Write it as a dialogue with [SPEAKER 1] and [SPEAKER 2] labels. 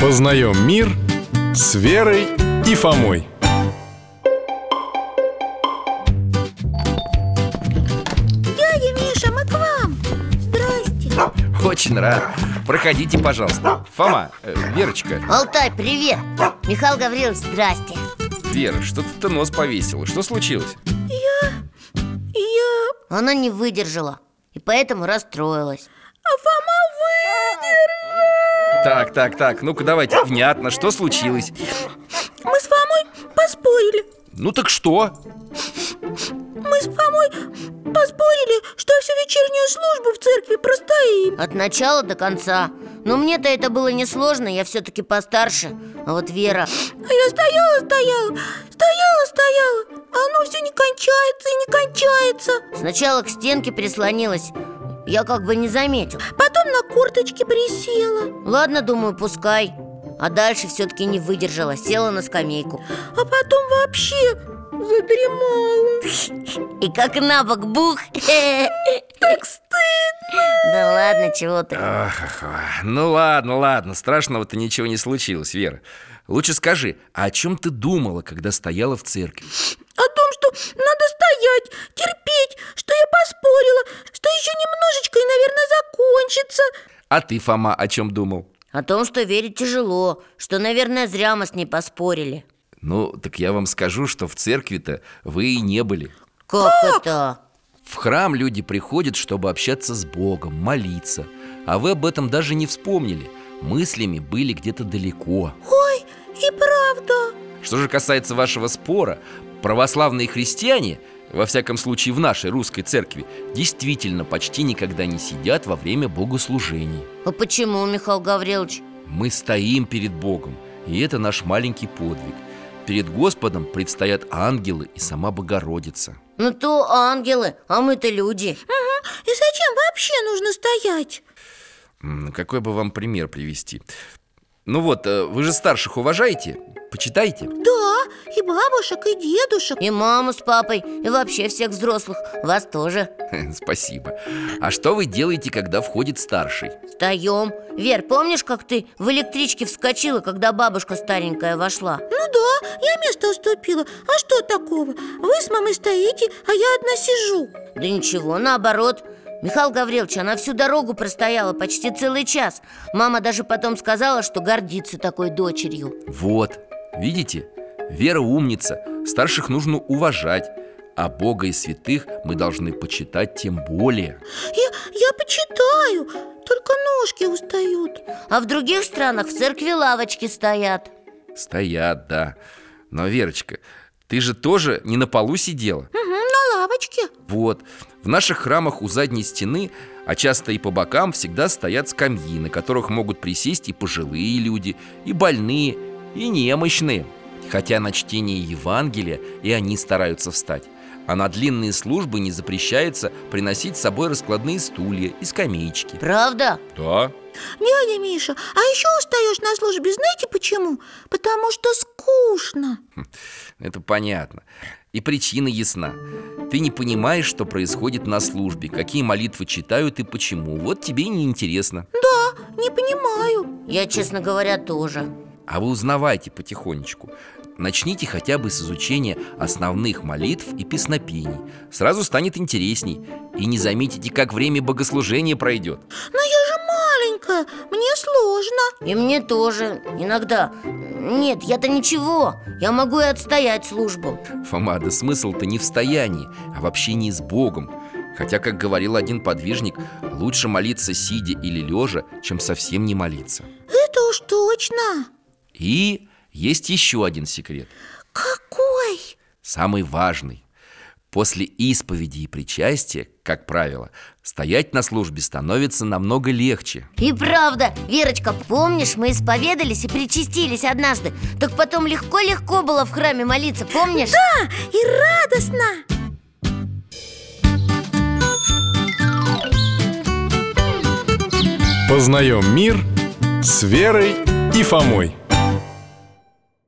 [SPEAKER 1] Познаем мир с Верой и Фомой.
[SPEAKER 2] Дядя Миша, а мы к вам! Здрасте!
[SPEAKER 3] Очень рад. Проходите, пожалуйста. Фома, э, Верочка,
[SPEAKER 4] Алтай, привет! Михаил Гаврилович, здрасте!
[SPEAKER 3] Вера, что-то ты нос повесила. Что случилось?
[SPEAKER 2] Я...
[SPEAKER 4] Она не выдержала и поэтому расстроилась.
[SPEAKER 2] А Фома выйдет!
[SPEAKER 3] Так, так, так. Ну-ка, давайте внятно. Что случилось?
[SPEAKER 2] Мы с Фомой поспорили
[SPEAKER 3] Ну так что?
[SPEAKER 2] Мы с Фомой поспорили, что всю вечернюю службу в церкви простоим
[SPEAKER 4] От начала до конца. Но мне-то это было несложно, я все-таки постарше. А вот
[SPEAKER 2] А
[SPEAKER 4] Вера...
[SPEAKER 2] я стояла, стояла, стояла, стояла А оно все не кончается и не кончается
[SPEAKER 4] Сначала к стенке прислонилась Я как бы не заметил
[SPEAKER 2] Потом на курточке присела
[SPEAKER 4] Ладно, думаю, пускай А дальше все-таки не выдержала Села на скамейку
[SPEAKER 2] А потом вообще задремала
[SPEAKER 4] И как на бок бух
[SPEAKER 2] Так стыдно
[SPEAKER 4] Да ладно, чего ты
[SPEAKER 3] Ах, ах, ах. ну ладно, ладно. Страшного-то ничего не случилось, Вера. Лучше скажи, а о чем ты думала, когда стояла в церкви?
[SPEAKER 2] О том, что надо стоять, терпеть, что я поспорила Что еще немножечко и, наверное, закончится
[SPEAKER 3] А ты, Фома, о чем думал?
[SPEAKER 4] О том, что верить тяжело Что, наверное, зря мы с ней поспорили
[SPEAKER 3] Ну, так я вам скажу, что в церкви-то вы и не были.
[SPEAKER 4] Как,
[SPEAKER 2] А!
[SPEAKER 4] это?
[SPEAKER 3] В храм люди приходят, чтобы общаться с Богом, молиться. А вы об этом даже не вспомнили. Мыслями были где-то далеко.
[SPEAKER 2] Ой, и правда
[SPEAKER 3] Что же касается вашего спора, православные христиане, во всяком случае в нашей русской церкви, действительно почти никогда не сидят во время богослужений.
[SPEAKER 4] А почему, Михаил Гаврилович?
[SPEAKER 3] Мы стоим перед Богом, и это наш маленький подвиг. Перед Господом предстоят ангелы и сама Богородица.
[SPEAKER 4] Ну то ангелы, а мы-то люди
[SPEAKER 2] И зачем вообще нужно стоять?
[SPEAKER 3] М, Какой бы вам пример привести? Ну вот, э, вы же старших уважаете? Почитайте.
[SPEAKER 2] Да, и бабушек, и дедушек
[SPEAKER 4] И маму с папой, и вообще всех взрослых Вас тоже
[SPEAKER 3] Спасибо. А что вы делаете, когда входит старший?
[SPEAKER 4] Встаем Вер, помнишь, как ты в электричке вскочила, когда бабушка старенькая вошла?
[SPEAKER 2] Ну да, я место уступила А что такого? Вы с мамой стоите, а я одна сижу
[SPEAKER 4] Да ничего, наоборот Михаил Гаврилович, она всю дорогу простояла почти целый час Мама даже потом сказала, что гордится такой дочерью
[SPEAKER 3] Вот, видите? Вера умница, старших нужно уважать, а Бога и святых мы должны почитать тем более.
[SPEAKER 2] Я, я почитаю, только ножки устают
[SPEAKER 4] А в других странах в церкви лавочки стоят
[SPEAKER 3] Стоят, да. Но, Верочка, ты же тоже не на полу сидела.
[SPEAKER 2] Мгм, На лавочке
[SPEAKER 3] Вот, в наших храмах у задней стены, а часто и по бокам, всегда стоят скамьи, на которых могут присесть и пожилые люди, и больные, и немощные. Хотя на чтение Евангелия и они стараются встать. А на длинные службы не запрещается приносить с собой раскладные стулья и скамеечки.
[SPEAKER 4] Правда?
[SPEAKER 3] Да?
[SPEAKER 2] Дядя Миша, а еще устаешь на службе, знаете почему? Потому что скучно
[SPEAKER 3] Это понятно. И причина ясна. Ты не понимаешь, что происходит на службе, какие молитвы читают и почему. Вот тебе и неинтересно.
[SPEAKER 2] Не понимаю
[SPEAKER 4] Я, честно говоря, тоже
[SPEAKER 3] А вы узнавайте потихонечку. Начните хотя бы с изучения основных молитв и песнопений. Сразу станет интересней. И не заметите, как время богослужения пройдет.
[SPEAKER 2] Но я же маленькая, мне сложно
[SPEAKER 4] И мне тоже, иногда Нет, я-то ничего Я могу и отстоять службу
[SPEAKER 3] Фома, да смысл-то не в стоянии, а в общении с Богом. Хотя, как говорил один подвижник, лучше молиться сидя или лежа, чем совсем не молиться.
[SPEAKER 2] Это уж точно
[SPEAKER 3] И есть еще один секрет.
[SPEAKER 2] Какой?
[SPEAKER 3] Самый важный. После исповеди и причастия, как правило, стоять на службе становится намного легче.
[SPEAKER 4] И правда, Верочка, помнишь, мы исповедались и причастились однажды Так потом легко-легко было в храме молиться, помнишь?
[SPEAKER 2] А, и радостно
[SPEAKER 1] Познаем мир с Верой и Фомой.